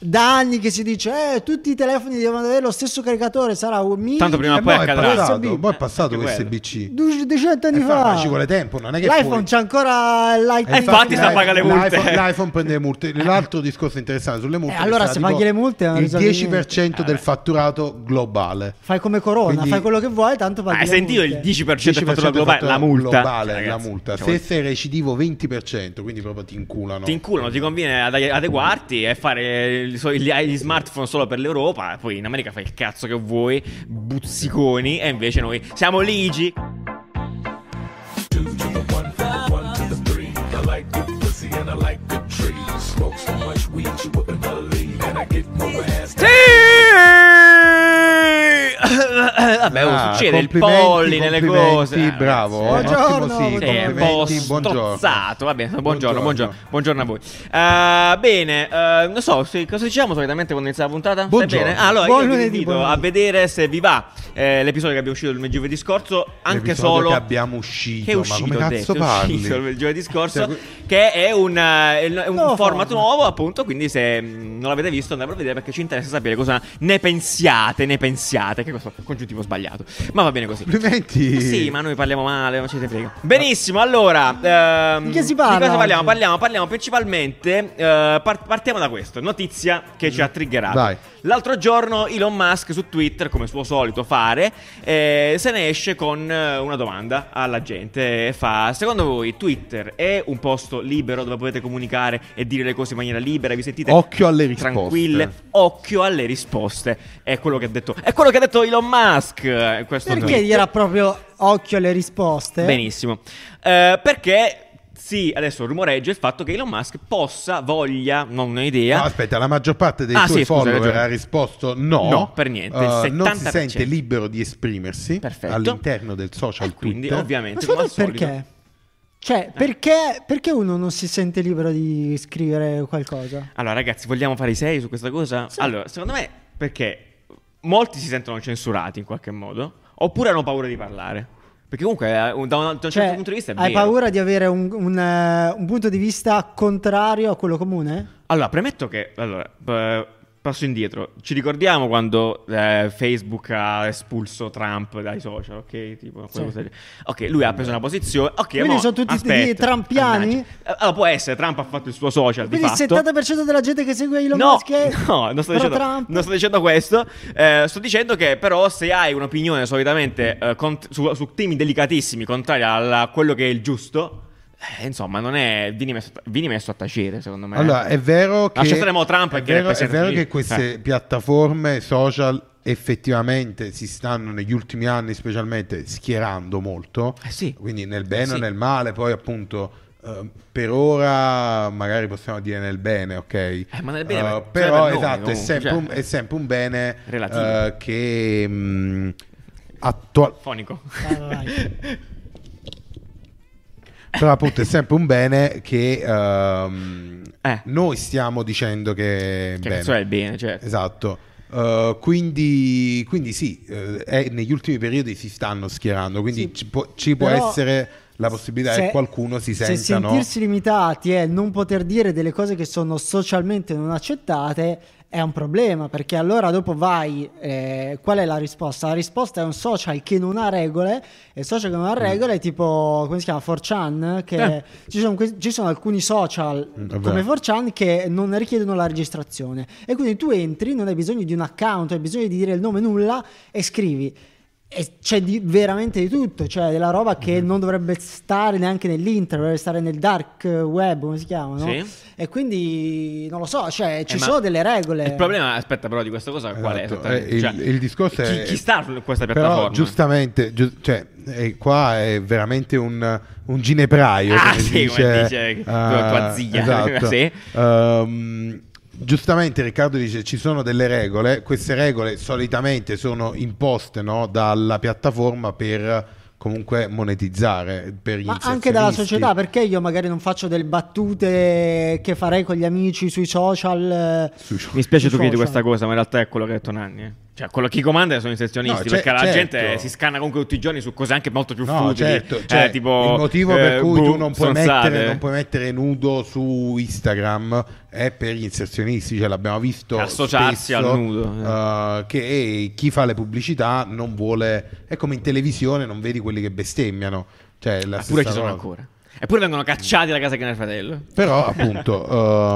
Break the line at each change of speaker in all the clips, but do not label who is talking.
da anni che si dice eh, tutti i telefoni devono avere lo stesso caricatore, sarà un mini
Tanto prima o eh,
E
poi
mo' Eh, è
accadrà.
passato,
USB.
mo' è passato
Anche quello.
USB-C.
du- 200 anni
Eh,
fa.
fa, ci vuole tempo, non è che
L'iPhone
puoi-
c'è ancora
Eh,
l'iPhone.
infatti sta a pagare le multe.
L'iPhone, l'iPhone prende le multe. L'altro discorso interessante sulle multe.
Eh,
è che
allora
sarà
se
tipo
paghi le multe, non
il
risolvi
10%
Eh,
del fatturato globale.
Fai come Corona,
Quindi-
fai quello che vuoi, tanto paghi
Ah, Hai
le
sentito il
multe.
10% del fatturato globale? La
fatturato
multa.
globale,
Cioè,
la
ragazzi,
multa.
diciamo,
Se sei recidivo 20%, quindi proprio ti inculano.
Ti inculano, ti conviene ad- adeguarti e fare il so- gli, gli smartphone solo per l'Europa. Poi in America fai il cazzo che vuoi, buzziconi. E invece noi siamo ligi. Sì! Vabbè, oh,
Ah,
succede il
complimenti,
polline, le
complimenti,
cose.
Bravo,
Eh, ragazzi,
Buongiorno,
ottimo, sì,
sì, è un po'
complimenti, buongiorno.
strozzato. Vabbè, buongiorno, buongiorno, buongiorno a voi. Eh, bene, eh, non so se- cosa diciamo solitamente quando inizia la puntata. Stai
Buongiorno.
Bene? Ah, Allora,
Buon
io vi
lunedì,
invito
buon
a
lunedì.
vedere se vi va eh, l'episodio che abbiamo uscito il giovedì scorso. Anche
L'episodio
solo
che abbiamo uscito,
Che è
ma
uscito,
come
ho
cazzo
detto, è
parli?
uscito il giovedì scorso.
Cioè, que-
che è un, eh, il- è un
Nuovo
format
format.
nuovo, appunto. Quindi, se mh, non l'avete visto, andate a vedere perché ci interessa sapere cosa ne pensiate. Ne pensiate. Che questo congiuntivo sbagliato. Ma va bene così.
Complimenti.
Eh Sì, ma noi parliamo male, non ci te frega. Benissimo, allora. ehm,
Di che si parla
Di cosa parliamo?
oggi?
Parliamo, parliamo principalmente. eh, par- partiamo da questo. Notizia che
Mm.
ci ha triggerato.
Vai.
L'altro giorno Elon Musk su Twitter, come suo solito fare, eh, se ne esce con eh, una domanda alla gente. Fa: Secondo voi Twitter è un posto libero dove potete comunicare e dire le cose in maniera libera? Vi sentite
Occhio alle risposte.
tranquille? Occhio alle risposte. È quello che ha detto. È quello che ha detto Elon Musk. eh, Questo
Perché
tweet.
gli era proprio occhio alle risposte?
Benissimo. Eh, perché sì, adesso rumoreggia il fatto che Elon Musk possa, voglia, non ho idea.
No, aspetta, la maggior parte dei
Ah,
suoi
sì, scusa, hai
follower
ragione.
ha risposto no.
No, per niente, il
Eh, non si
70%.
sente libero di esprimersi
Perfetto.
all'interno del social
E quindi,
Twitter.
ovviamente,
Ma
come
secondo
al
te perché?
solito. Eh.
Cioè, perché, perché uno non si sente libero di scrivere qualcosa?
Allora, ragazzi, vogliamo fare i seri su questa cosa? Allora, secondo me, perché molti si sentono censurati in qualche modo, oppure hanno paura di parlare. Perché comunque, eh, da un, da un certo
Cioè,
punto di vista, è
hai
vero.
paura di avere un, un, eh, un punto di vista contrario a quello comune?
Allora, premetto che. Allora, eh, passo indietro. Ci ricordiamo quando eh, Facebook ha espulso Trump dai social, ok? Tipo, quelle
Sì.
cose del- Ok, lui ha preso una posizione. Ok,
Quindi
mo,
sono tutti
aspetta,
di- trampiani?
mannaggia. Eh, Allora, può essere, Trump ha fatto il suo social.
Quindi
di fatto.
il 70% della gente che segue Elon
No,
Musk è
no, non sto,
pro
dicendo,
Trump.
non sto dicendo questo. Eh, sto dicendo che, però, se hai un'opinione solitamente eh, cont- su, su temi delicatissimi, contraria alla- a quello che è il giusto, eh, insomma, non è. Vieni messo, vieni messo a tacere, secondo me.
Allora, è vero che...
Lasciatelo Trump
è
perché
vero, è
rappresenta
vero
lì.
che queste
Eh.
piattaforme social effettivamente si stanno negli ultimi anni specialmente schierando molto.
Eh sì.
Quindi nel bene o
Sì.
nel male, poi appunto... eh, per ora magari possiamo dire nel bene, ok?
ma nel bene,
Eh,
ma- cioè,
però
per noi,
esatto, è
comunque,
sempre,
cioè.
un, è sempre un bene
Relativo.
eh, che mm, attualmente
Eh, Fonico. Cioè,
Vai, vai, vai.
Però appunto è sempre un bene che ehm,
Eh.
noi stiamo dicendo che è
Che
bene.
cazzo è il bene,
Certo.
cioè.
Esatto. Eh, quindi, quindi sì, eh, è- negli ultimi periodi si stanno schierando, quindi
Sì.
ci può, ci può
Però
essere la possibilità
se-
che qualcuno si
se
senta no?
sentirsi limitati e non poter dire delle cose che sono socialmente non accettate è un problema perché allora dopo vai eh, qual è la risposta? La risposta è un social che non ha regole e il social che non ha regole è tipo come si chiama 4chan che
Mm. Eh.
ci, sono, que- ci sono alcuni social
Mm, vabbè.
come 4chan che non richiedono la registrazione e quindi tu entri non hai bisogno di un account hai bisogno di dire il nome nulla e scrivi e c'è di- veramente di tutto, cioè della roba che
Mhm.
non dovrebbe stare neanche nell'inter, dovrebbe stare nel dark web, come si chiama, no?
Sì.
E quindi non lo so, cioè ci
Eh, ma
sono delle regole.
Il problema, aspetta, però, di questa cosa qual è?
Esatto,
esattamente?
eh, il-
Cioè,
il discorso
chi,
è-
Chi sta su questa
Però
piattaforma?
giustamente, giu- cioè, eh, qua è veramente un, un ginepraio.
Ah,
come
sì,
si
come
dice,
dice
eh,
tua- tua zia.
esatto.
Sì.
Ehm, giustamente Riccardo dice ci sono delle regole, queste regole solitamente sono imposte no, dalla piattaforma per comunque monetizzare, per gli
ma anche dalla
inserzionisti.
società, perché io magari non faccio delle battute che farei con gli amici sui social? eh,
Sui-
Mi spiace tu
sui social?
chiedi questa cosa, ma in realtà è quello che ha detto Nanni. eh. Cioè, quello chi comanda sono i sezionisti,
No, c'è-
perché la
certo.
gente si scanna comunque tutti i giorni su cose anche molto più
No,
futili.
certo,
eh,
cioè,
tipo,
il motivo per
eh,
cui tu
boh,
non puoi,
stronzate.
mettere, non puoi mettere nudo su Instagram è per gli inserzionisti, cioè l'abbiamo visto
Associarsi
spesso,
al nudo,
eh, che chi fa le pubblicità non vuole, è come in televisione non vedi quelli che bestemmiano, cioè la
Eppure
stessa
Ah, ci sono
cosa.
ancora. Eppure vengono cacciati da casa che nel fratello.
Però appunto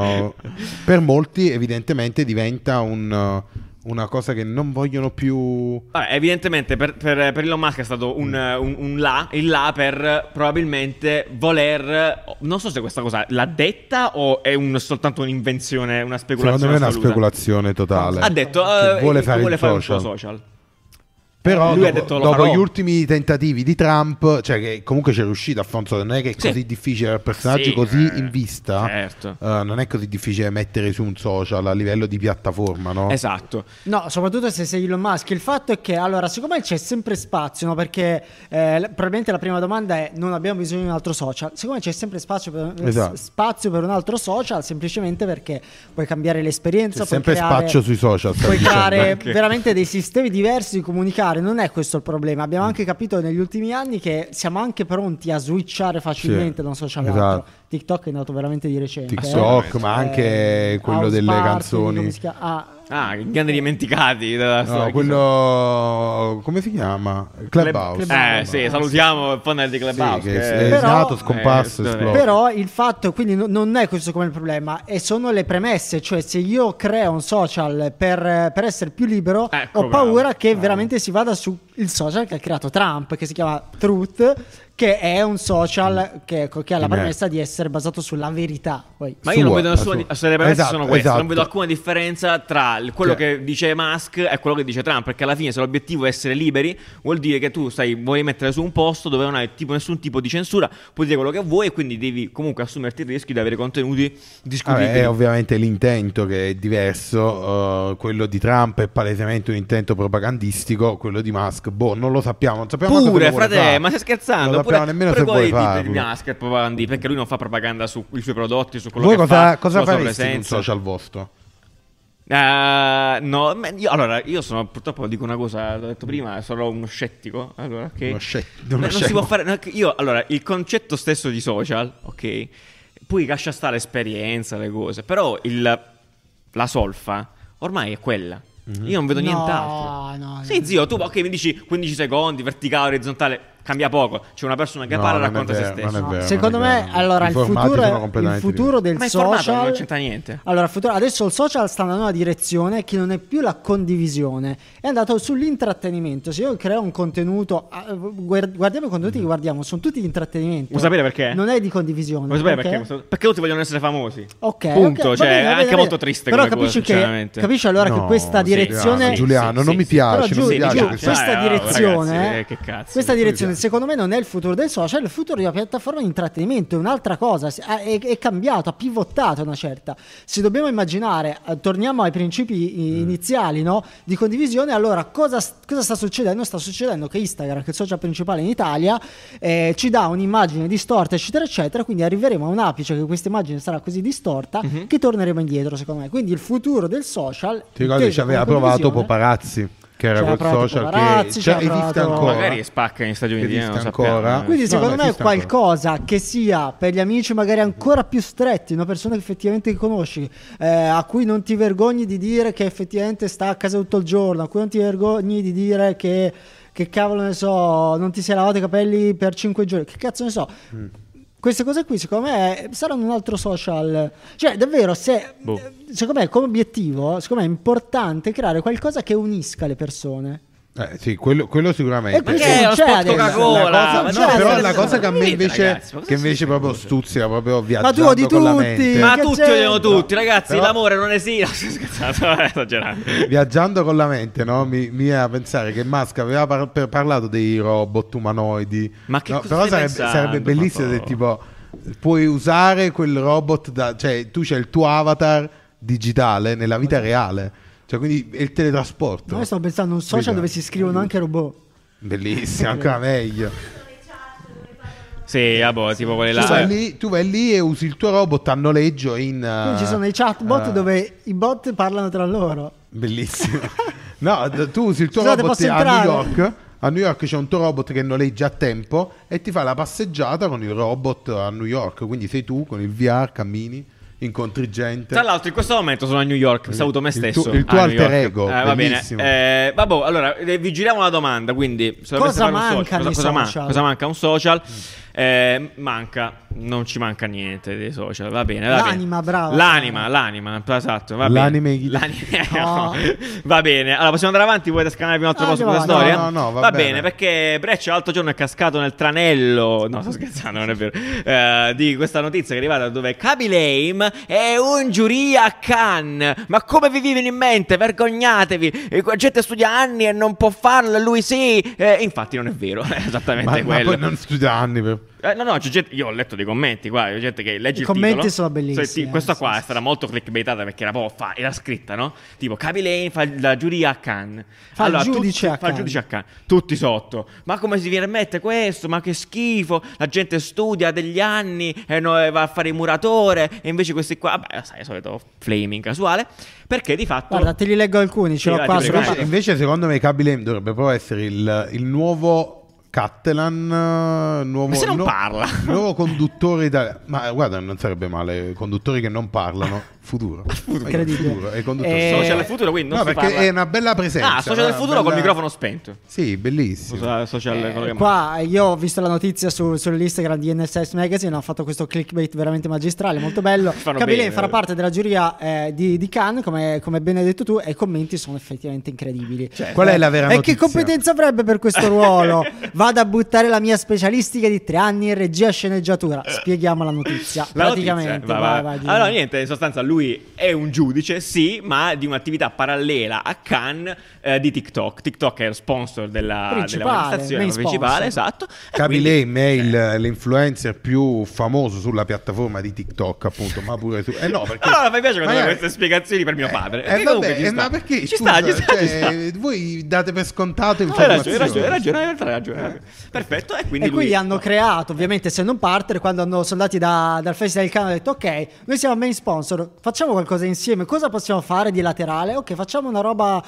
eh, per molti evidentemente diventa un, una cosa che non vogliono più...
Vabbè, evidentemente per, per, per Elon Musk è stato un, un- un là, il là per eh, probabilmente voler, eh, non so se questa cosa l'ha detta o è un- soltanto un'invenzione, una
Secondo
speculazione.
me è una
assoluta.
speculazione totale.
Ha detto,
Che
eh,
vuole fare il
un suo
social.
social.
Però
Lui ha
dopo,
detto, "Lo
dopo
farò".
gli ultimi tentativi di Trump, cioè che comunque c'è riuscito Alfonso, non è che è
Sì.
così difficile per personaggi
Sì,
così
eh,
in vista,
certo.
eh, non è così difficile mettere su un social a livello di piattaforma, no?
Esatto.
No, soprattutto se sei Elon Musk. Il fatto è che, allora, siccome c'è sempre spazio, no? perché eh, l- probabilmente la prima domanda è non abbiamo bisogno di un altro social. Siccome c'è sempre spazio per, eh,
Esatto.
s- spazio per un altro social, semplicemente perché puoi cambiare l'esperienza. puoi
C'è sempre
creare-
spaccio sui social. diciamo, stai
Puoi
dicendo.
creare
anche.
veramente dei sistemi diversi di comunicare, non è questo il problema. Abbiamo anche capito negli ultimi anni che siamo anche pronti a switchare facilmente da un social
esatto.
all'altro. TikTok è nato veramente di recente. eh.
TikTok, ma anche
Eh,
quello
House
delle
Party,
canzoni.
come si chiama? Ah,
Ah, i grandi dimenticati della
No,
storia.
quello come si chiama? Clubhouse.
Eh sì, salutiamo il funnel di Clubhouse.
Sì, che è
Però-
nato, scomparso,
eh,
esploso.
Però il fatto, quindi no- non è questo come il problema, e sono le premesse, cioè se io creo un social per, per essere più libero,
Ecco,
ho
bravo,
paura che
bravo.
veramente si vada sul social che ha creato Trump, che si chiama Truth, che è un social che, che ha la
Di me.
premessa di essere basato sulla verità. Poi.
Ma io non
Sua,
vedo
la
nessuna.
sua.
di- se le premesse
Esatto,
sono queste, non
esatto.
vedo alcuna differenza tra il- quello
Sì.
che dice Musk e quello che dice Trump. Perché alla fine, se l'obiettivo è essere liberi, vuol dire che tu stai, vuoi mettere su un posto dove non hai tipo, nessun tipo di censura, puoi dire quello che vuoi, e quindi devi comunque assumerti il rischio di avere contenuti discutibili.
Vabbè, Ah, è ovviamente l'intento che è diverso, eh, quello di Trump è palesemente un intento propagandistico, quello di Musk, boh, non lo sappiamo, non sappiamo cosa
Pure,
vuole
frate,
fare.
ma stai
Non
scherzando?
sappiamo
Oppure-
nemmeno se
oppure
vuole
poi di- di,
farlo.
di Musk e propaganda, perché lui non fa propaganda sui suoi prodotti, su quello
Voi
che
cosa,
fa,
cosa
sulla sua
fareste Cioè, su un
presenza.
social vostro?
Eh, no, ma io, allora io sono purtroppo dico una cosa, l'ho detto prima, sono uno scettico. Allora, che
Uno scettico,
Beh,
uno
non si
scemo.
può fare. no, che Io, allora, il concetto stesso di social, ok, poi lascia stare l'esperienza, le cose, però il- la solfa ormai è quella.
Mhm.
Io non vedo
No,
nient'altro.
no, no.
sì, zio, tu ok, mi dici 15 secondi, verticale, orizzontale, cambia poco. C'è una persona che
No,
parla e
non è
racconta se
vero, non
stesso.
è vero,
Secondo
non è
me,
vero.
allora
I
il
formati
futuro,
sono
il
completamente
futuro del
Ma il formato
social
non c'entra niente.
Allora, il futuro- adesso il social sta andando in una direzione che non è più la condivisione, è andato sull'intrattenimento. Se io creo un contenuto, ah, guard- guardiamo i contenuti che guardiamo, sono tutti di intrattenimento.
Mm. Vuoi sapere perché?
Non è di condivisione.
Vuoi sapere
perché?
perché? Perché tutti vogliono essere famosi.
Ok, ok,
Punto,
va
cioè,
bene, va
anche
bene, va
molto
bene.
triste
Però
come cosa,
capisci, che,
sinceramente.
capisci allora che
No,
questa
sì,
direzione
Giuliano, Giuliano, non mi
però
piace, non
giù,
mi piace
giù,
questo.
questa
Dai, no,
direzione,
ragazzi,
eh,
eh, che cazzo.
questa direzione,
Giuliano.
secondo me, non è il futuro del social, è il futuro di una piattaforma di intrattenimento, è un'altra cosa, si- ha- è, è cambiato, ha pivottato una certa. Se dobbiamo immaginare, eh, torniamo ai principi
Mm.
i- iniziali no? di condivisione, allora cosa, s- cosa sta succedendo? Sta succedendo che Instagram, che è il social principale in Italia, eh, ci dà un'immagine distorta, eccetera, eccetera, quindi arriveremo a un apice che questa immagine sarà così distorta
Mm-hmm.
che torneremo indietro, secondo me. Quindi il futuro del social...
Ti ricordi
inteso
ci aveva
come
provato
condivisione-
Poparazzi, che era
Ci aveva
quel
provato
social
Poparazzi,
che
ci
cioè,
aveva
esiste
provato-
ancora.
Magari spacca negli Stati Uniti, eh, non
Esiste
lo sappiamo.
ancora.
Eh.
Quindi
No,
secondo
no,
me è
esiste ancora.
qualcosa che sia per gli amici magari ancora più stretti, una persona che effettivamente conosci, eh, a cui non ti vergogni di dire che effettivamente sta a casa tutto il giorno, a cui non ti vergogni di dire che, che cavolo ne so, non ti sei lavato i capelli per 5 giorni, che cazzo ne so.
Mm.
Queste cose qui secondo me saranno un altro social, cioè davvero se,
Boh.
secondo me come obiettivo, secondo me è importante creare qualcosa che unisca le persone.
Eh, sì, quello, quello sicuramente.
E
Perché
Questo
è uno
succede
spot Coca-Cola?
adesso.
La
Ma
Ma
cosa-
cioè,
no, però
adesso-
la cosa che a me
Capite,
invece,
ragazzi, ma cosa
che invece
siete
proprio
cose?
stuzzica, proprio
Ma tu
viaggiando
odi
con la
tutti!
mente.
Ma
Che
tutti
c'entra?
odiano tutti, ragazzi.
Però-
L'amore non esiste. No, sto scherzando, eh, esagerando.
Viaggiando con la mente, no? mi, mi viene a pensare che Musk aveva par- per- parlato dei robot umanoidi.
Ma che
no?
cosa
Però
stai
sarebbe,
pensando,
sarebbe bellissimo
per
se tipo puoi usare quel robot, da, cioè tu c'è il tuo avatar digitale nella vita reale. Cioè, quindi è il teletrasporto.
Boh.
No, io stavo pensando a un social
Vedi?
dove si scrivono
Mm.
anche robot.
Bellissimo, ancora meglio.
Sì, ah, boh, tipo quelli
tu, vai
là.
lì, tu vai lì e usi il tuo robot a noleggio in... eh,
Ah.
Quindi ci sono i chatbot
eh,
dove i bot parlano tra loro.
Bellissimo. No, d- tu usi il tuo
Scusate,
robot
posso
a New
entrare?
York. A New York c'è un tuo robot che noleggia a tempo e ti fa la passeggiata con il robot a New York. Quindi sei tu con il VR, cammini, incontri gente.
Tra l'altro, in questo momento sono a New York. Saluto me
Il
stesso.
tuo- il tuo
a New
alter
York.
ego,
Eh, va bene.
bellissimo.
Eh, vabbè, allora eh, vi giriamo la domanda. Quindi, se doveste
Cosa
fare un social-
mancano
cosa,
i
cosa man-
social?
cosa manca a un social? Eh, manca, non ci manca niente dei social. Va bene. va bene.
L'anima, brava.
L'anima, l'anima. Esatto. Va
L'anime
bene.
ghi-
L'anime-
No.
Va bene. Allora, possiamo andare avanti. Volete scanarvi un altro
Ah,
posto
andiamo
questa
avanti.
storia?
No, no, no, va
va
bene.
bene. Eh, Perché Breccia l'altro giorno è cascato nel tranello. No, sto scherzando, non è vero. Eh, di questa notizia che è arrivata dove Kaby Lame è un giuria a Cannes. Ma come vi vivono in mente? Vergognatevi. Eh, La gente studia anni e non può farlo, lui sì. Eh, infatti, non è vero. È esattamente
ma, ma
quello.
poi non studia anni per...
Eh, no, no, c'è gente- io ho letto dei commenti qua, c'è gente che legge
I
il
commenti
titolo.
sono bellissimi,
Cioè, ti-
eh,
questa
sì,
qua è
sì.
stata molto clickbaitata perché era proprio fa- era scritta, no? Tipo, Kaby Lane fa la giuria a Cannes.
Fa il giudice
tutti-
a
fa il
Cannes.
giudice a Cannes. Tutti sotto. Ma come si permette questo? Ma che schifo. La gente studia degli anni e no- e va a fare il muratore e invece questi qua, vabbè, sai, il solito flaming casuale. Perché di fatto...
Guarda, te li leggo alcuni,
Sì,
ce l'ho
vai,
qua
ti
sulla
prego.
Invece,
mano.
invece, secondo me Kaby Lame dovrebbe proprio essere il, il nuovo Cattelan, eh, nuovo,
Ma se non
nu-
parla.
nuovo conduttore italiano. Ma eh, guarda, non sarebbe male, conduttori che non parlano, futuro.
Incredibile.
Futuro, è conduttore.
Eh,
Social del futuro, quindi non
no,
si
perché
parla.
è una bella presenza.
Ah, social del
una
futuro col
bella-
microfono spento.
Sì, bellissimo.
Social, social-
Eh,
quello che manca.
qua io ho visto la notizia su, sull'Instagram di NSS Magazine, hanno fatto questo clickbait veramente magistrale, molto bello.
Fanno
Kabilene
bene.
farà parte della giuria eh, di, di Cannes, come, come ben hai detto tu, e i commenti sono effettivamente incredibili.
Certo.
Eh,
Qual è la vera
E
notizia?
che competenza avrebbe per questo ruolo? Vado a buttare la mia specialistica di tre anni in regia e sceneggiatura. Spieghiamo la notizia.
La notizia,
Praticamente,
va, va.
vai, vai, Gino.
allora, niente, in sostanza lui è un giudice, sì, ma di un'attività parallela a Cannes eh, di TikTok. TikTok è lo sponsor della, della
Principale,
manifestazione
main
principale,
sponsor.
esatto. E
Kaby
quindi- eh.
Lame è il- l'influencer più famoso sulla piattaforma di TikTok, appunto, ma pure su... Eh no, perché...
Allora, Ah, mi piace quando
magari-
dai queste spiegazioni per mio
Eh,
padre.
eh,
Che
vabbè,
comunque ci
eh,
sta.
ma perché?
Ci
scusa,
sta, ci sta, ci sta.
cioè, Voi date per scontato
Eh, Hai ragione,
informazioni.
hai ragione, hai ragione, hai ragione, hai ragione. Perfetto, e quindi
E quindi
lui-
hanno creato, ovviamente, se non partner, quando hanno, sono andati da- dal Festival del Canada, hanno detto: Ok, noi siamo main sponsor, facciamo qualcosa insieme. Cosa possiamo fare di laterale? Ok, facciamo una roba,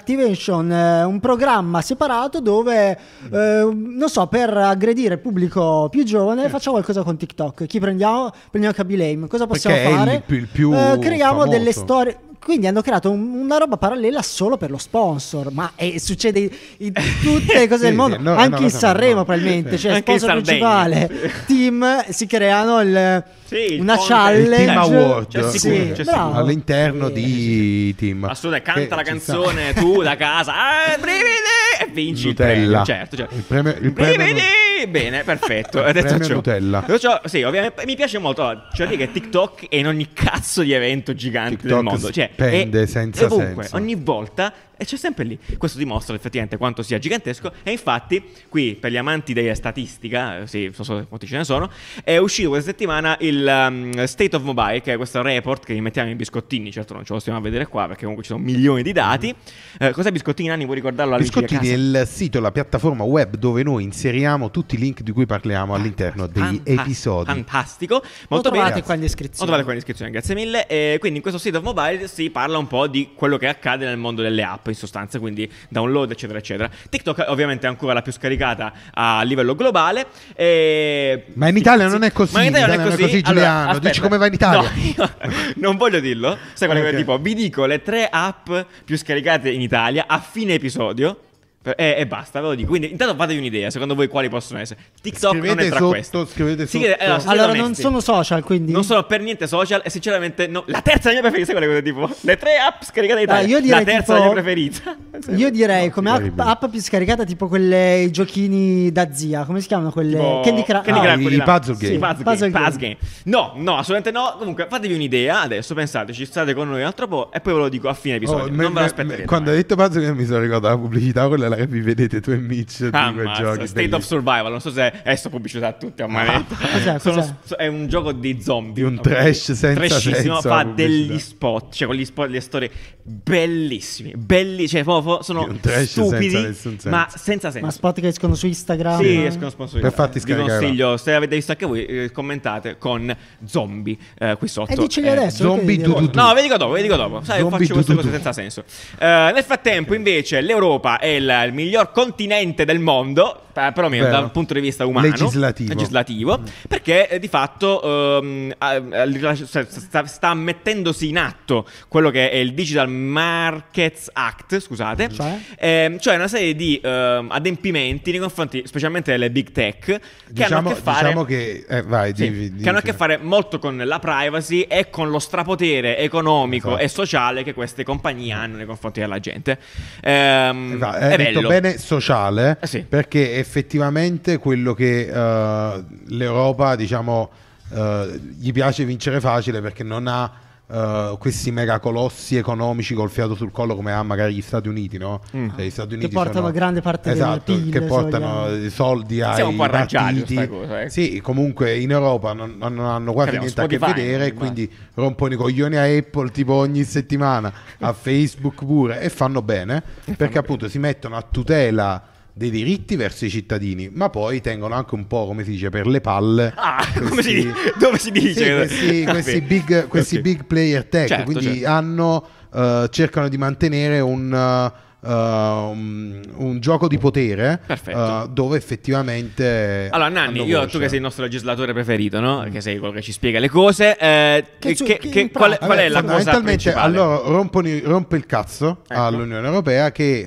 un'activation, eh, un programma separato dove, eh, non so, per aggredire il pubblico più giovane, facciamo qualcosa con TikTok. Chi prendiamo? Prendiamo Kaby Lame. Cosa possiamo
Perché è il
fare? Eh,
più- il più
creiamo
famoso.
delle storie. Quindi hanno creato un- una roba parallela solo per lo sponsor, ma eh, succede in, in tutte le cose
Sì,
del mondo,
sì, no,
anche
no,
in
no,
Sanremo
no.
probabilmente,
Sì.
cioè
Anche in
sponsor
Sardegna.
principale, team, si creano il-
Sì, il
una
contest.
challenge. Cioè,
Il Team Award.
C'è Cioè, sicuro,
Sì,
c'è
bravo.
sicuro.
All'interno
Sì.
di Team.
Assolutamente,
Che
canta la
ci sta.
canzone tu da casa, ah, brividi, e vinci
Nutella.
il premio, certo, certo.
Il premio- il premio-
Brividi! bene, perfetto.
Il
Detto
premio
ciò-
Nutella.
detto ciò, sì, ovviamente mi piace molto, allora, cioè dire che TikTok è in ogni cazzo di evento gigante
TikTok
del mondo, cioè
spende
è,
senza
ovunque,
senso.
ogni volta e c'è sempre lì. Questo dimostra effettivamente quanto sia gigantesco e infatti qui per gli amanti della statistica, eh, sì, non so quanti ce ne sono, è uscito questa settimana il um, State of Mobile, che è questo report che vi mettiamo in biscottini, certo non ce lo stiamo a vedere qua perché comunque ci sono milioni di dati. Eh, cos'è biscottini Anni? Vuoi ricordarlo alla vigilia
Biscottini è
a
il sito, la piattaforma web dove noi inseriamo tutti i link di cui parliamo all'interno
casa?
dei
Fanta-
episodi.
Fantastico. Molto
lo trovate
bene.
qua in
Ho
descrizione.
trovato qua in descrizione, grazie mille. E quindi in questo sito of mobile si parla un po' di quello che accade nel mondo delle app, in sostanza, quindi download, eccetera, eccetera. TikTok ovviamente è ancora la più scaricata a livello globale. e-
Ma in Italia non è così,
Ma in Italia non è così,
Giuliano.
Allora, aspetta.
Dici come va in Italia?
No, io non voglio dirlo. Sai quella
Ok.
cosa tipo, vi dico le tre app più scaricate in Italia a fine episodio. eh, E, e basta, ve lo dico. Quindi, intanto fatevi un'idea, secondo voi quali possono essere. TikTok non
Scrivete
è tra
sotto,
queste.
scrivete
Sì, eh,
sotto.
allora, se siete
Allora, non
onesti-
sono social, quindi...
non sono per niente social e sinceramente no. la terza mia preferita, sai quella cosa tipo le tre app scaricate in
Dai,
Italia.
io direi
la terza
tipo-
mia preferita.
Io direi come app,
terribile.
app più scaricata tipo quelle i giochini da zia, come si chiamano quelle
Tipo-
Candy Crush? Ah,
Candy
no,
Crush. Ah, i-
quelli
i
là.
puzzle
Sì,
game.
puzzle,
Puzzle
game,
game.
puzzle game. No, no, assolutamente no. Comunque, fatevi un'idea adesso, pensateci, state con noi un altro po' e poi ve lo dico a fine episodio.
Oh, me-
non ve
me-
lo
me-
aspetterete.
quando hai detto Pazzo che mi sono ricordato la pubblicità, quella là che vi vedete tu e Mitch di
Ah,
quei
mazza,
giochi.
State of
bellissimi. Ah.
Survival, non so se adesso pubblicità a tutti a manetta.
Cos'è,
Sono-
cos'è?
so- è un gioco di zombie.
Di un trash senza
Trashissimo,
senso,
fa
la pubblicità.
degli spot, cioè con gli spot, le storie bellissime, belli, cioè proprio, schifo, sono
Un trash
stupidi,
senza nessun senso.
ma senza senso.
Ma spot che escono su Instagram.
Sì,
eh?
escono sponsorizzati.
Per
Vi
farti scaricare.
consiglio, se avete visto anche voi, eh, commentate con zombie eh, qui sotto.
E diceli
Eh,
adesso.
zombie
perché devi-
du- du-
No, ve dico dopo, ve dico dopo. Sai,
Zombie
faccio queste
du- du-
cose
du.
senza senso. Eh, nel frattempo, invece, l'Europa è il, il miglior continente del mondo, eh, perlomeno
Vero.
dal punto di vista umano,
Legislativo. Mm.
legislativo, perché eh, di fatto ehm, ha- ha- sta, sta- sta mettendosi in atto quello che è il Digital Markets Act, scusate,
Cioè?
Ehm, cioè una serie di ehm, adempimenti nei confronti specialmente delle big tech che hanno
Diciamo,
a che fare
diciamo che... eh, vai,
sì,
divi- divi-
che hanno a che fare molto con la privacy e con lo strapotere economico
Esatto.
e sociale che queste compagnie hanno nei confronti della gente. Ehm,
Eh, va,
è
Hai detto
bello.
bene sociale
Eh sì.
perché effettivamente quello che eh, l'Europa diciamo eh, gli piace vincere facile perché non ha eh, questi mega colossi economici col fiato sul collo come ha magari gli Stati Uniti, no?
Mm.
Cioè, gli Stati
Che
Uniti
portano
sono-
grande parte del
esatto,
PIL,
che
se
portano
vogliamo.
i soldi ai
Siamo un po' arrangiati su
partiti.
sta cosa, eh.
Sì, comunque in Europa non, non hanno quasi
Abbiamo
niente a
Spotify,
che vedere,
ma-
quindi rompono i coglioni a Apple tipo ogni settimana, a Facebook pure, e fanno bene perché appunto si mettono a tutela dei diritti verso i cittadini, ma poi tengono anche un po', come si dice, per le palle.
Ah, come si-
questi-
dove si dice?
Sì, questi,
Vabbè.
questi big, questi
Ok.
big player tech,
Certo,
quindi
certo.
hanno, eh, cercano di mantenere un, eh, un, un gioco di potere
Perfetto.
eh, dove effettivamente...
Allora, Nanni,
hanno
io,
voce. Mm.
tu che sei il nostro legislatore preferito, no? Che sei quello che ci spiega le cose. eh,
Che
che-
su-
che-
che in
che- qual,
pratica-
qual è
Vabbè,
la cosa
fondamentalmente,
principale?
allora rompono i- rompe il cazzo
Ecco.
all'Unione Europea che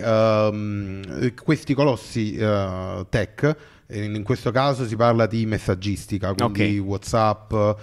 ehm, questi colossi eh, tech eh, in questo caso si parla di messaggistica, quindi Whatsapp, eh,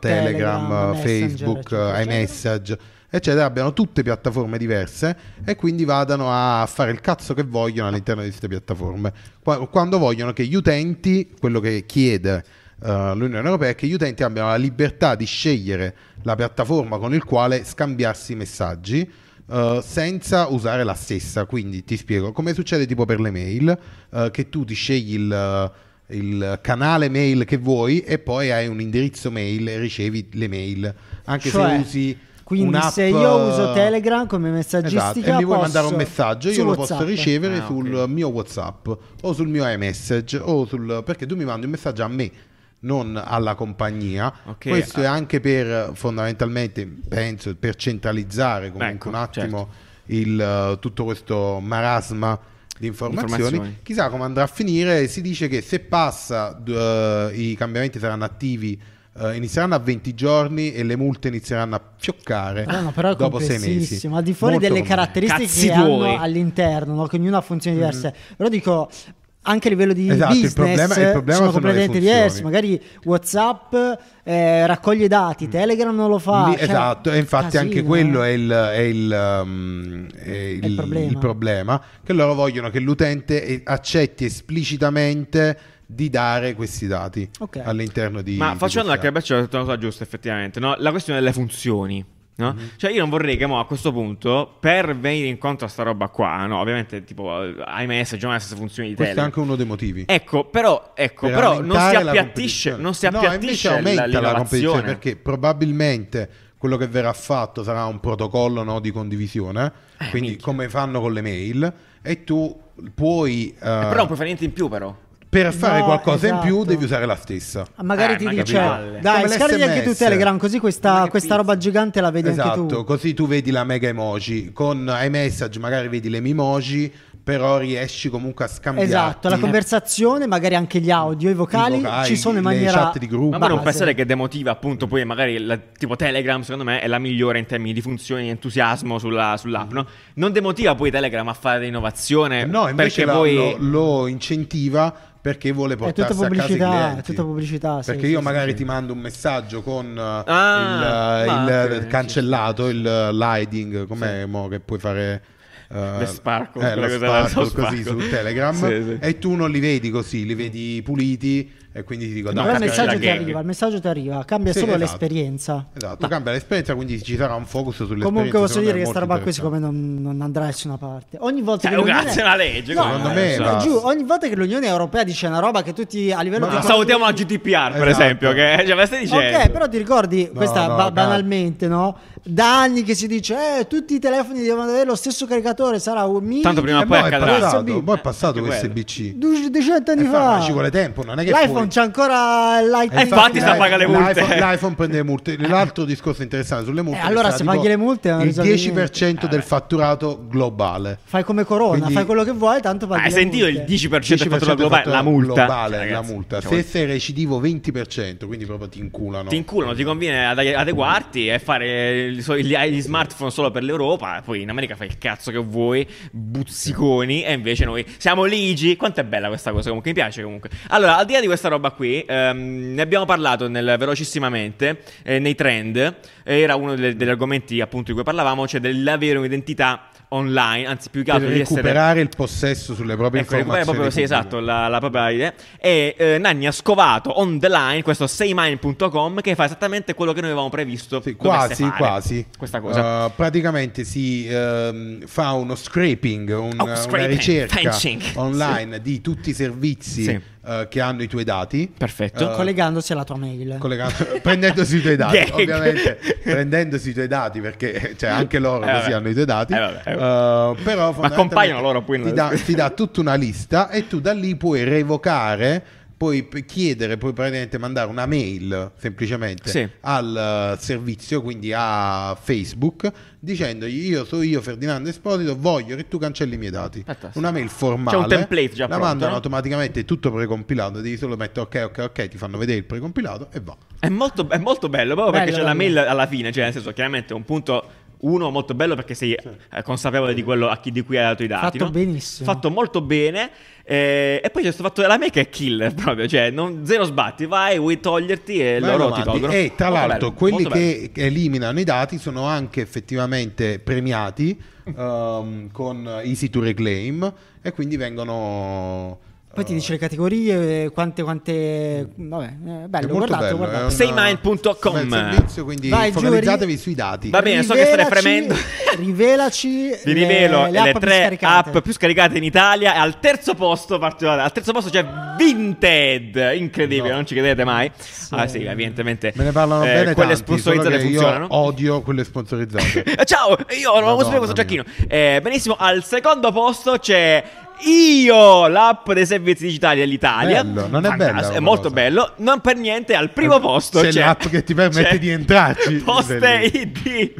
Telegram,
Telegram,
eh,
Messenger,
Facebook,
eccetera,
eh,
eccetera.
iMessage, eccetera, abbiano tutte piattaforme diverse e quindi vadano a fare il cazzo che vogliono all'interno di queste piattaforme. Qua- Quando vogliono che gli utenti, quello che chiede eh, l'Unione Europea è che gli utenti abbiano la libertà di scegliere la piattaforma con il quale scambiarsi i messaggi. eh, senza usare la stessa, quindi ti spiego come succede tipo per le mail, eh, che tu ti scegli il, il canale mail che vuoi e poi hai un indirizzo mail e ricevi le mail, anche
Cioè,
se usi
Quindi
un'app,
se io uso
eh,
Telegram come messaggistica
Esatto, e mi vuoi
posso-
mandare un messaggio,
su
io lo
WhatsApp.
posso ricevere
Ah, ok.
sul mio WhatsApp o sul mio iMessage o sul perché tu mi mandi un messaggio a me, non alla compagnia.
Ok,
Questo
ah.
è anche per fondamentalmente penso per centralizzare comunque
Ecco,
un attimo il, eh, tutto questo marasma di informazioni.
Informazioni.
Chissà come andrà a finire, si dice che se passa d- eh, i cambiamenti saranno attivi eh, inizieranno a 20 giorni e le multe inizieranno a fioccare
Ah, No, no, però è
Eh, dopo sei mesi.
complessissimo, al di fuori
Molto
delle
complesso.
caratteristiche
Cazzi
che
tuoi.
hanno all'interno, no? che ognuno ha funzioni diverse. Però dico, anche a livello di
Mm-hmm. Esatto, il
business
problema- il problema
sono
sono
completamente
le funzioni.
diversi. Magari Whatsapp eh, raccoglie dati, Telegram non lo fa.
Mm. Lì-
cioè,
esatto, e infatti
casino,
anche
eh.
quello è il, è il, um, è il-
il problema.
il problema, che loro vogliono che l'utente eh, accetti esplicitamente di dare questi dati
Ok.
all'interno di...
Ma
di
facendo la
questi app.
crabaccia ho detto una cosa giusta, effettivamente. no? La questione delle funzioni. no?
Mhm.
Cioè, io non vorrei che mo, a questo punto, per venire incontro a sta roba qua, no? ovviamente, tipo eh, iMessage non ha le stesse funzioni di
Questo è
Telegram.
anche uno dei motivi.
Ecco, però, ecco,
Per
però non si
aumentare la
appiattisce,
competizione.
non si
No,
appiattisce
invece
la-
aumenta la, competizione
l'innovazione.
perché probabilmente quello che verrà fatto sarà un protocollo no, di condivisione,
Eh,
quindi
minchia.
come fanno con le mail e tu puoi eh,
Eh, Però non puoi fare niente in più, però.
per fare
No,
qualcosa in più
esatto.
devi usare la stessa.
Ah, Magari
Eh,
ti
ma
dice,
che palle.
dai,
Come
scarichi
l'SMS.
anche tu Telegram, così
Ma
questa,
che
questa
pizza.
roba gigante la vedi
esatto,
anche tu.
così tu vedi la mega emoji. Con iMessage magari vedi le mimoji, però riesci comunque a scambiare.
Esatto, la conversazione, magari anche gli audio, i vocali,
I vocali,
ci sono in
le
maniera...
chat di gruppo.
Ma voi non
base.
pensate che demotiva appunto poi magari la- tipo Telegram secondo me è la migliore in termini di funzioni e entusiasmo sulla- sull'app, no? Non demotiva poi Telegram a fare innovazione
Mm. No, invece
Eh, perché
la-
poi...
lo, lo incentiva perché vuole
È tutta
portarsi a casa i
pubblicità, è
clienti.
tutta pubblicità. sì,
Perché
sì,
io
sì.
magari ti mando un messaggio con eh,
Ah,
il, eh,
ma
il,
anche-
eh, cancellato, il eh, liding, com'è mo che puoi fare... eh,
Le sparkle,
eh,
quella
lo
cosa là,
sparkle
lo
così
sparkle.
su Telegram
Sì, sì.
e tu non li vedi così, li vedi puliti E quindi ti dico,
No,
Però il
cambia
dai,
messaggio
la
ti
gag.
arriva, il messaggio ti arriva, cambia
Sì,
solo
esatto.
l'esperienza.
Esatto, cambia l'esperienza, quindi ci sarà un focus sull'esperienza.
Comunque posso
secondo
dire
me
che
è
sta
molto
roba qui siccome non, non andrà da nessuna parte. Ogni volta
Cioè,
che
oh,
l'Unione-
grazie alla legge, esatto.
No,
secondo me
giù,
basta.
giù, ogni volta che l'Unione Europea dice una roba che tutti a livello
Ma
di
Ma salutiamo la GDPR, per
Esatto.
esempio, che cioè, ma stai dicendo?
Ok, però ti ricordi,
No,
questa
no,
ba-
cazzo.
banalmente, no? Da anni che si dice, eh, tutti i telefoni devono avere lo stesso caricatore, sarà un mini...
Tanto prima o
E
poi
mo' è boh,
accadrà.
passato, poi è passato
Eh,
questo
quello.
BC.
du- 200 anni
Eh, fa,
fa.
ma ci vuole tempo, non è che
L'iPhone
puoi-
c'è ancora
Eh,
l'iPhone.
infatti sta a pagare le multe. Eh.
L'iPhone, l'iPhone prende le multe. L'altro discorso interessante sulle multe.
Eh,
è che
allora
sarà
se
tipo
paghi le multe non eh.
il
risolvi
10%
niente.
del fatturato globale.
Fai come Corona,
Quindi-
fai quello che vuoi, tanto paghi
Ah, hai
le
sentito il
multe.
10% del
10%
fatturato globale? La
fatturato
multa.
globale,
Cioè,
la
ragazzi,
multa.
cioè,
Se sei recidivo 20%, quindi proprio ti inculano.
Ti inculano, ti conviene ad- adeguarti e fare il so- gli, hai gli smartphone solo per l'Europa. Poi in America fai il cazzo che vuoi, buzziconi. E invece noi siamo ligi. Quanto è bella questa cosa, comunque mi piace. Comunque, allora, al di là di questa roba qui, ehm, ne abbiamo parlato nel- velocissimamente eh, nei trend. Era uno delle- degli argomenti appunto di cui parlavamo, cioè dell'avere un'identità online, anzi più che
per
altro di essere
recuperare il possesso sulle proprie
Ecco, recuperare
informazioni.
proprio, sì,
pubbliche.
esatto, la, la propria idea. E eh, Nanni ha scovato on the line questo seimine.com che fa esattamente quello che noi avevamo previsto.
Sì,
dovesse
quasi,
fare
quasi.
Questa cosa.
Uh, praticamente si ehm, fa uno scraping, un-
Oh,
una
scraping,
ricerca
fetching.
online di tutti i servizi
Sì.
eh, che hanno i tuoi dati.
Perfetto.
eh,
Collegandosi alla tua mail.
collegato- prendendosi i tuoi dati,
Gag.
ovviamente prendendosi i tuoi dati perché cioè, anche loro
Eh,
così
vabbè.
hanno i tuoi dati.
Eh, vabbè, eh,
Eh,
vabbè.
però
Ma
fondamentalmente
compaiono loro poi
ti
nel-
dà, ti dà tutta una lista e tu da lì puoi revocare. Puoi p- chiedere, puoi praticamente mandare una mail semplicemente
Sì.
al eh, servizio, quindi a Facebook, dicendogli io sono io Ferdinando Esposito, voglio che tu cancelli i miei dati.
Fantastico.
Una mail formale.
C'è un template già pronto,
La
eh?
mandano
no?
automaticamente, è tutto precompilato, devi solo mettere ok, ok, ok, ti fanno vedere il precompilato e va.
È, molto, è molto bello proprio perché c'è
Bello,
la
bello.
mail alla fine, cioè nel senso chiaramente un punto... Uno molto bello perché sei eh, consapevole di quello a chi di cui hai dato i dati.
Fatto
no?
benissimo.
Fatto molto bene. eh, e poi c'è questo fatto della mail che è killer proprio. Cioè, non- zero sbatti, vai, vuoi toglierti e
Vai
loro ti
avanti.
tolgono.
E tra
Molto
l'altro,
bello,
quelli
molto bello.
che eliminano i dati sono anche effettivamente premiati ehm, con Easy to Reclaim e quindi vengono.
Poi ti
eh,
dice le categorie, eh, quante, quante... Vabbè, eh,
è
bello,
molto
guardate,
bello,
guardate.
è un-
Seimine.com.
bel servizio, quindi
Vai, giù,
focalizzatevi
ri-
sui dati.
Va bene, so che state
Rivelaci-
fremendo.
Rivelaci
Vi rivelo eh, le,
app più
tre
scaricate.
app più scaricate in Italia. E al terzo posto, partiamo da- al terzo posto c'è Vinted. Incredibile,
No.
non ci credete mai. Ah, sì, evidentemente.
Me ne parlano
eh,
bene
Quelle
tanti, solo
sponsorizzate
che io
funzionano.
Odio quelle sponsorizzate.
Eh, Ciao, io non avevo
Cioè, Madonna
sapere questo
mia.
Giacchino. Eh, benissimo, al secondo posto c'è Io, l'app dei servizi digitali dell'Italia.
Bello, non è
Fantastico,
bella
È
questa
molto
cosa.
bello. Non per niente, al primo posto
C'è
c'è
l'app che ti permette
c'è
di entrarci.
Poste
Bellissimo.
ID.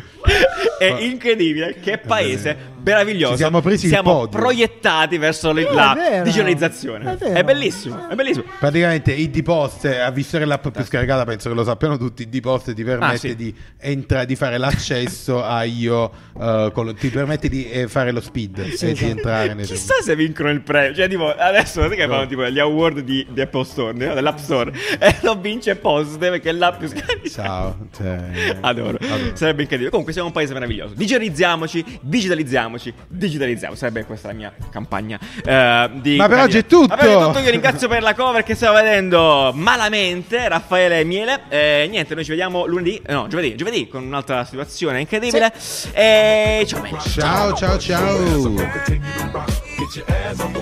è incredibile, che paese meraviglioso.
Eh, Ci siamo presi il
Siamo
podio.
proiettati verso le-
Eh,
la
è vero.
digitalizzazione.
È vero.
bellissimo, è bellissimo.
Praticamente il D-Post, eh, ha visto che l'app è più scaricata, penso che lo sappiano tutti, il D-Post ti permette
Ah, sì.
di, entra- di fare l'accesso a io, eh, con lo- ti permette di eh, fare lo speed
Sì,
e
esatto.
di entrare nel
Chissà se vincono il premio. Cioè, tipo, adesso sai che fanno tipo gli award di, di Apple Store, no? dell'App Store. E lo vince Poste perché è l'app più scaricata.
Ciao, cioè,
Adoro. Sarebbe incredibile. Comunque siamo un paese meraviglioso. Digerizziamoci, digitalizziamoci, digitalizziamo. Sarebbe questa la mia campagna. eh, di
Ma per
Catania.
oggi è tutto.
Ma per oggi è tutto. Io ringrazio per la cover che stiamo vedendo malamente Raffaele Miele. Eh, niente, noi ci vediamo lunedì, eh, no, giovedì, giovedì con un'altra situazione incredibile. E ciao belli.
Ciao, ciao, ciao.
Continue to rock. Get your ass on the